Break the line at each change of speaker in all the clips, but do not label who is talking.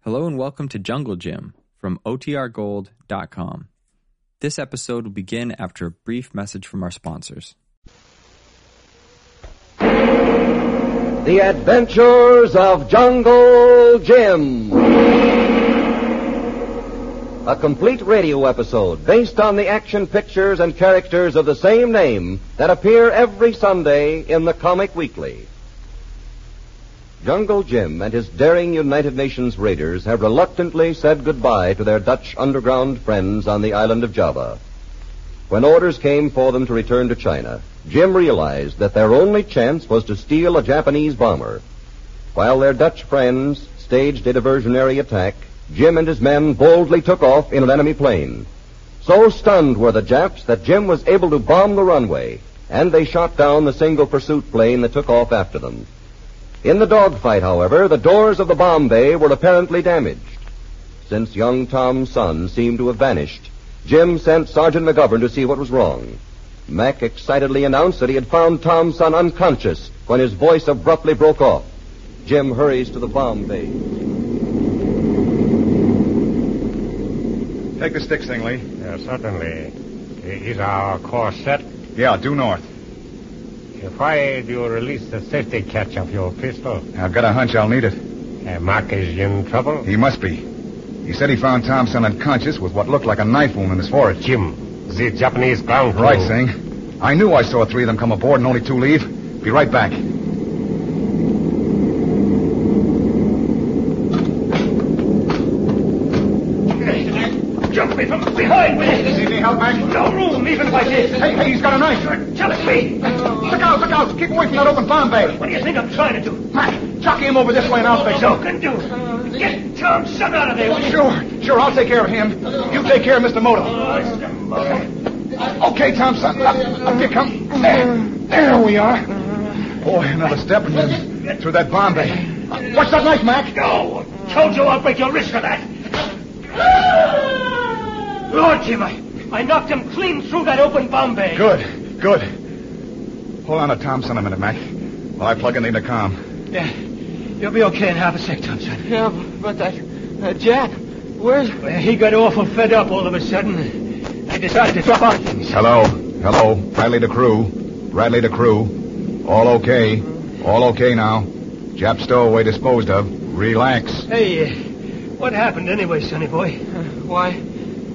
Hello and welcome to Jungle Gym from OTRGold.com. This episode will begin after a brief message from our sponsors.
The Adventures of Jungle Jim. A complete radio episode based on the action pictures and characters of the same name that appear every Sunday in the Comic Weekly. Jungle Jim and his daring United Nations raiders have reluctantly said goodbye to their Dutch underground friends on the island of Java. When orders came for them to return to China, Jim realized that their only chance was to steal a Japanese bomber. While their Dutch friends staged a diversionary attack, Jim and his men boldly took off in an enemy plane. So stunned were the Japs that Jim was able to bomb the runway, and they shot down the single pursuit plane that took off after them. In the dogfight, however, the doors of the bomb bay were apparently damaged. Since young Tom's son seemed to have vanished, Jim sent Sergeant McGovern to see what was wrong. Mac excitedly announced that he had found Tom's son unconscious when his voice abruptly broke off. Jim hurries to the bomb bay.
Take the sticks, Stingley.
Yeah, certainly. Is our course set?
Yeah, due north.
Why do you release the safety catch of your pistol?
I've got a hunch I'll need it.
Uh, Mark is in trouble?
He must be. He said he found Thompson unconscious with what looked like a knife wound in his forehead.
Jim, the Japanese ground crew.
Right, Singh. I knew I saw three of them come aboard and only two leave. Be right back.
Jump me from behind me.
Easy, help, Mac.
No room, even if I did.
Hey, hey, he's got a knife.
Telling me.
Look out, look out. Keep away from that open bomb bay.
What do you think I'm trying to do?
Mac, jockey him over this way and I'll fix
No,
him.
can do. Get Tom Sun out of there. will you?
Sure, sure, I'll take care of him. You take care of Mr. Moto.
Mr. Muller.
Okay, Thompson. Up, up you come. There. There we are. Boy, another step and then through that bomb bay. Watch that knife, Mac.
No. Told you I'll break your wrist for that. Lord, Jim, I, I knocked him clean through that open bomb bay.
Good, good. Hold on to Thompson a minute, Mac. While I plug in the com.
Yeah. You'll be okay in half a sec, Thompson.
Yeah, but that, that Jap, where's...
He got awful fed up all of a sudden. I decided to drop out things.
Hello, hello. Bradley the crew. Bradley the crew. All okay. All okay now. Jap stowaway disposed of. Relax.
Hey, uh, what happened anyway, sonny boy?
Uh, Why,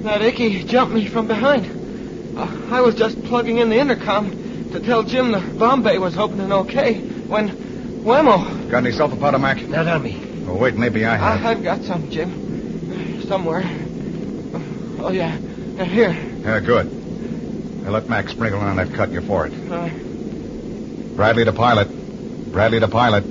that Icky jumped me from behind. Uh, I was just plugging in the intercom to tell Jim the Bombay was opening okay when... Whammo!
Got any sulfur powder, Mac?
Not on me.
Oh, wait, maybe I have.
Uh-huh.
I, I've got some, Jim. Somewhere. Oh, yeah. yeah here.
Yeah, good. Now let Mac sprinkle on that cut in your forehead.
Uh,
Bradley to pilot. Bradley to pilot.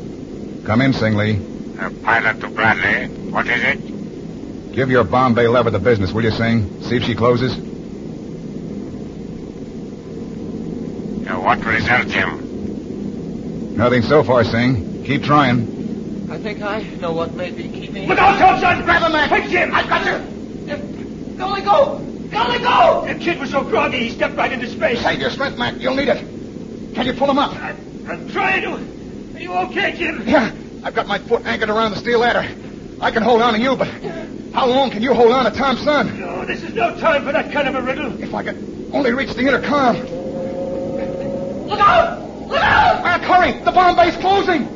Come in, Singley.
Uh, pilot to Bradley. What is it?
Give your Bombay lever the business, will you, Sing? See if she closes.
Uh, what result, Jim?
Nothing so far, Sing. Keep trying.
I think I know what may be keeping...
Look out, Thompson! Grab him, man! Quick, Jim! I've got you!
Don't let go!
Don't let go! The kid was so groggy, he stepped right into space.
Save your strength, Mac. You'll need it. Can you pull him up?
I, I'm trying to. Are you okay, Jim?
Yeah. I've got my foot anchored around the steel ladder. I can hold on to you, but how long can you hold on to Tom's son?
No, Oh, this is no time for that kind of a riddle.
If I could only reach the intercom.
Look out! Look out!
Mac, hurry! The bomb bay's closing!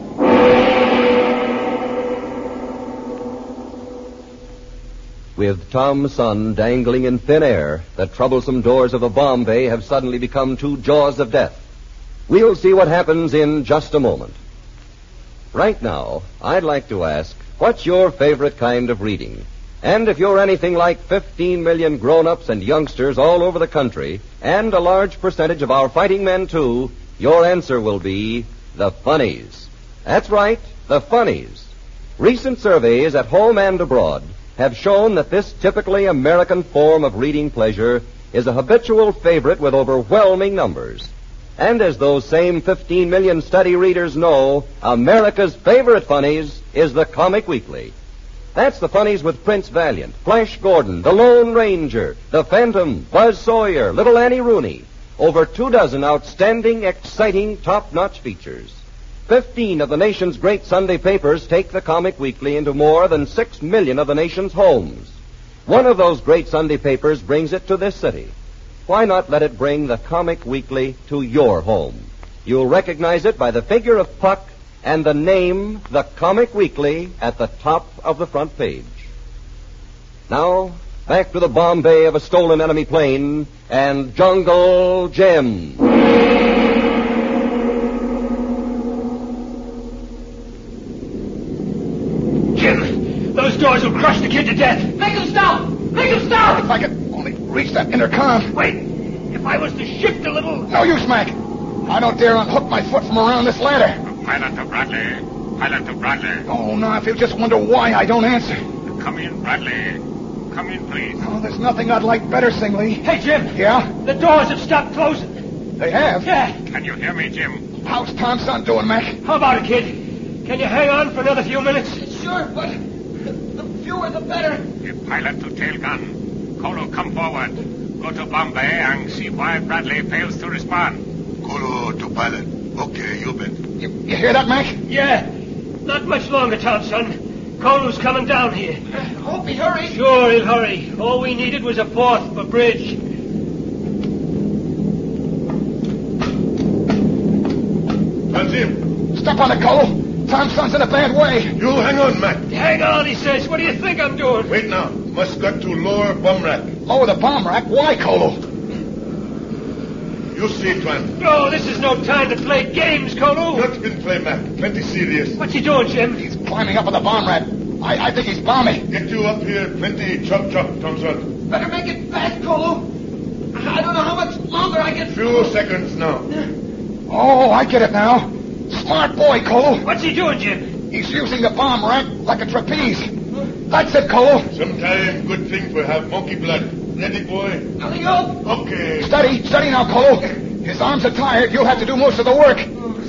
With Tom's son dangling in thin air, the troublesome doors of the bomb bay have suddenly become two jaws of death. We'll see what happens in just a moment. Right now, I'd like to ask, what's your favorite kind of reading? And if you're anything like 15 million grown-ups and youngsters all over the country, and a large percentage of our fighting men too, your answer will be the funnies. That's right, the funnies. Recent surveys at home and abroad have shown that this typically American form of reading pleasure is a habitual favorite with overwhelming numbers. And as those same 15 million study readers know, America's favorite funnies is the Comic Weekly. That's the funnies with Prince Valiant, Flash Gordon, The Lone Ranger, The Phantom, Buzz Sawyer, Little Annie Rooney. Over two dozen outstanding, exciting, top-notch features. Fifteen of the nation's great Sunday papers take the comic weekly into more than six million of the nation's homes. One of those great Sunday papers brings it to this city. Why not let it bring the comic weekly to your home? You'll recognize it by the figure of Puck and the name, the comic weekly, at the top of the front page. Now, back to the Bombay of a stolen enemy plane and Jungle Jim.
Jim, those doors will crush the kid to death. Make him stop! Make him
If
stop!
I could only reach that intercom.
Wait, if I was to shift a little...
No use, Mac. I don't dare unhook my foot from around this ladder.
Pilot to Bradley. Pilot to Bradley.
Oh, now if you just wonder why I don't answer.
Come in, Bradley. Come in, please.
Oh, there's nothing I'd like better, Singley.
Hey, Jim,
Yeah?
the doors have stopped closing.
They have.
Yeah,
Can you hear me, Jim?
How's Tom Son doing, Mac?
how about it, kid? Can you hang on for another few minutes?
Sure, but the, the fewer the better.
The pilot to tail gun. Kolo, come forward. Go to Bombay and see why Bradley fails to respond. Kolo to pilot. Okay, you bet.
You, you hear that, Mac?
Yeah, not much longer, Thompson. Kolu's coming down here.
Hope he hurries.
Sure, he'll hurry. All we needed was a fourth for bridge.
That's him.
Step on it, Cole. Tom Son's in a bad way.
You hang on, Mac.
Hang on, he says. What do you think I'm doing?
Wait now. Must got to lower bomb rack.
Lower the bomb rack. Why, Colo?
You see, Twan.
No, Oh, this is no time to play games, Kolu.
been play, Mac. Plenty serious.
What you doing, Jim?
He's climbing up on the bomb rack. I, I think he's bombing.
Get you up here. Plenty chop chop, Thompson.
Better make it fast, Colo. I don't know how much longer I can.
Few seconds now.
Oh, I get it now. Smart boy, Colo.
What's he doing, Jim?
He's using the bomb rack like a trapeze. That's it, Colo.
Sometime good thing to have monkey blood. Ready, boy?
Nothing else.
Okay.
Steady, steady now, Colo. His arms are tired. You'll have to do most of the work.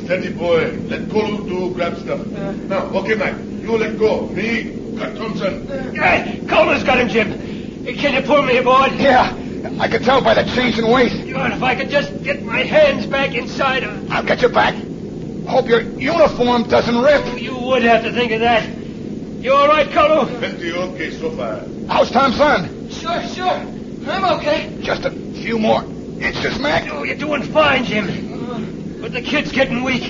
Steady, boy. Let Kolo do grab stuff. Now, okay, Mac. You let go. Me, cut Thompson.
Hey, Kolu's got him, Jim. Hey, Can you pull me aboard?
Yeah, I can tell by the change in weight.
God, if I could just get my hands back inside of...
I'll get you back. Hope your uniform doesn't rip.
You would have to think of that. You all right, Kolu?
Plenty okay so far.
How's Tom's son?
Sure, sure. I'm okay.
Just a few more inches, Mac.
Oh, you're doing fine, Jim. But the kid's getting weak.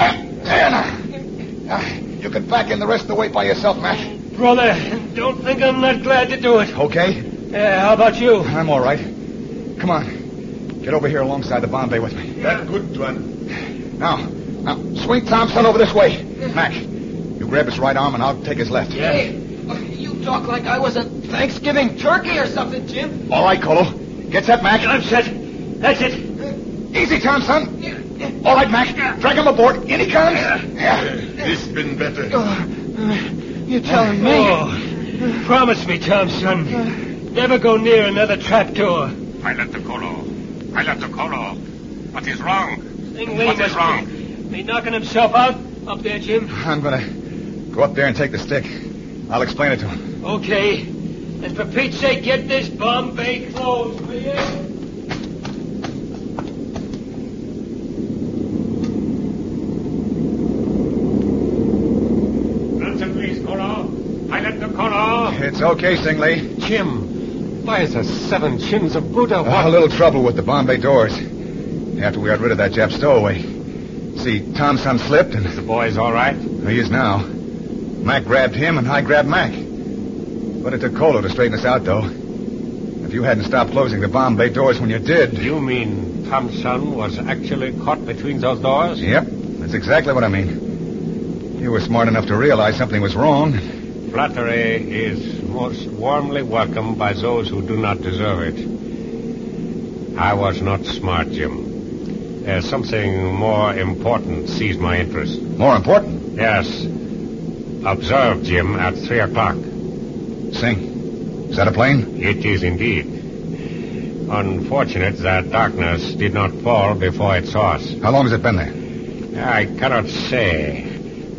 Ah, There now. Ah, You can back in the rest of the way by yourself, Mac.
Brother, don't think I'm not glad to do it.
Okay,
Yeah, how about you?
I'm all right. Come on. Get over here alongside the Bombay with me.
That good one.
Now, now, swing Thompson over this way. Mac, you grab his right arm and I'll take his left.
Yeah.
Hey, you talk like I was a Thanksgiving turkey or something, Jim.
All right, Colo. Get set, Mac.
I'm set. That's it.
Easy, Thompson. All right, Mac. Drag him aboard. In he comes. Yeah.
This been better.
You're telling me.
Oh, promise me, Thompson. Never go near another trapdoor.
Pilot to Kolo. Pilot to Kolo. What is wrong?
Dingley
What
must
is wrong?
Be, be knocking himself out up there, Jim.
I'm gonna go up there and take the stick. I'll explain it to him.
Okay. And for Pete's sake, get this Bombay closed, will you?
Answer, please, Kolo. Pilot to Kolo.
It's okay, Singley.
Uh, Jim, why is there seven chins of Buddha?
A Ah, little trouble with the Bombay doors. After we got rid of that Jap stowaway. See, Tom's son slipped, and
The boy's all right.
he is now. Mac grabbed him, and I grabbed Mac. But it took Colo to straighten us out, though. If you hadn't stopped closing the Bombay doors when you did.
You mean Thompson was actually caught between those doors?
Yep, that's exactly what I mean. You were smart enough to realize something was wrong.
Flattery is most warmly welcomed by those who do not deserve it. I was not smart, Jim. Uh, something more important seized my interest.
More important,
Yes. Observe, Jim, at three o'clock.
Sing. Is that a plane?
It is indeed. Unfortunate that darkness did not fall before it saw us.
How long has it been there?
I cannot say.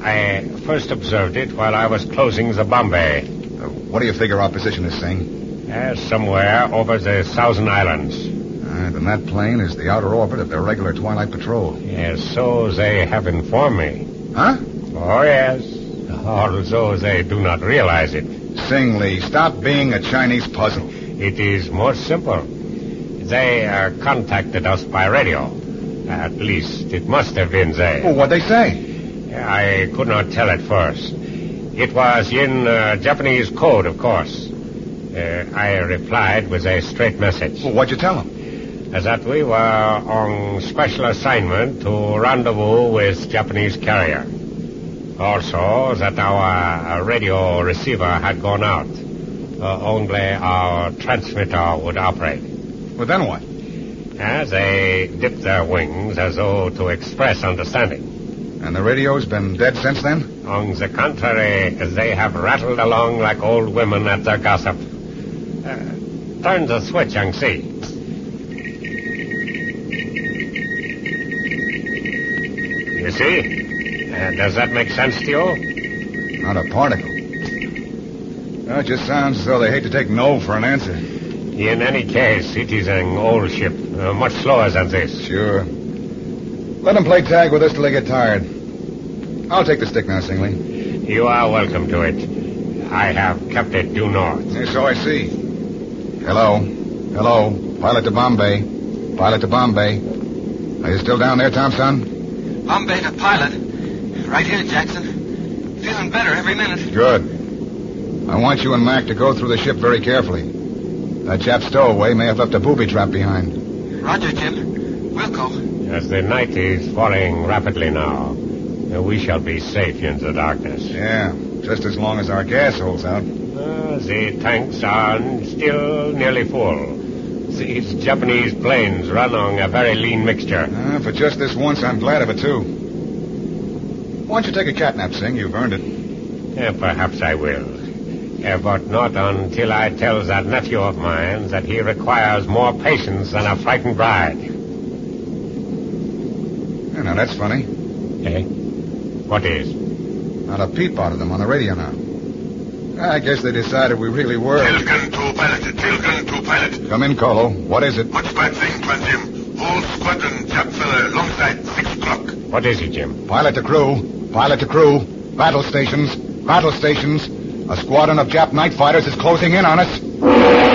I first observed it while I was closing the Bombay,
Uh, what do you figure our position is, Sing?
uh, somewhere over the Thousand Islands.
right, then that plane is the outer orbit of the regular Twilight Patrol.
Yes, Uh, so they have informed me.
Huh?
Oh, yes. Although they do not realize it.
Singley, stop being a Chinese puzzle.
It is more simple. They uh, contacted us by radio. At least it must have been they.
Well, what'd they say?
I could not tell at first. It was in uh, Japanese code, of course. Uh, I replied with a straight message
Well, what'd you tell them?
that we were on special assignment to rendezvous with Japanese carrier. Also, that our uh, radio receiver had gone out. Uh, only our transmitter would operate.
Well, then what?
As they dipped their wings as though to express understanding.
And the radio's been dead since then?
On the contrary, they have rattled along like old women at their gossip. Uh, turn the switch and see. You see? Uh, does that make sense to you?
Not a particle. Well, it just sounds as though they hate to take no for an answer.
In any case, it is an old ship, uh, much slower than this.
Sure. Let them play tag with us till they get tired. I'll take the stick now, Singley.
You are welcome to it. I have kept it due north.
Yeah, so I see. Hello. Hello. Pilot to Bombay. Pilot to Bombay. Are you still down there, Thompson?
Bombay to pilot. Right here, Jackson. Feeling better every minute.
Good. I want you and Mac to go through the ship very carefully. That chap stowaway may have left a booby trap behind.
Roger, Jim. Wilco.
As the night is falling rapidly now, uh, we shall be safe in the darkness.
Yeah, just as long as our gas holds out.
Uh, the tanks are still nearly full. These Japanese planes run on a very lean mixture.
Ah, for just this once, I'm glad of it, too. Why don't you take a catnap, Sing? You've earned it.
Uh, perhaps I will. Uh, but not until I tell that nephew of mine that he requires more patience than a frightened bride.
Yeah, now, that's funny.
Eh? What is?
Not a peep out of them on the radio now. I guess they decided we really were.
Tilgan to pilot, Tilgan to pilot.
Come in, Colo. What is it?
What's bad thing, Twan Jim? Whole squadron, Jap fella, alongside, six o'clock.
What is it, Jim?
Pilot to crew. Pilot to crew. Battle stations. Battle stations. A squadron of Jap night fighters is closing in on us.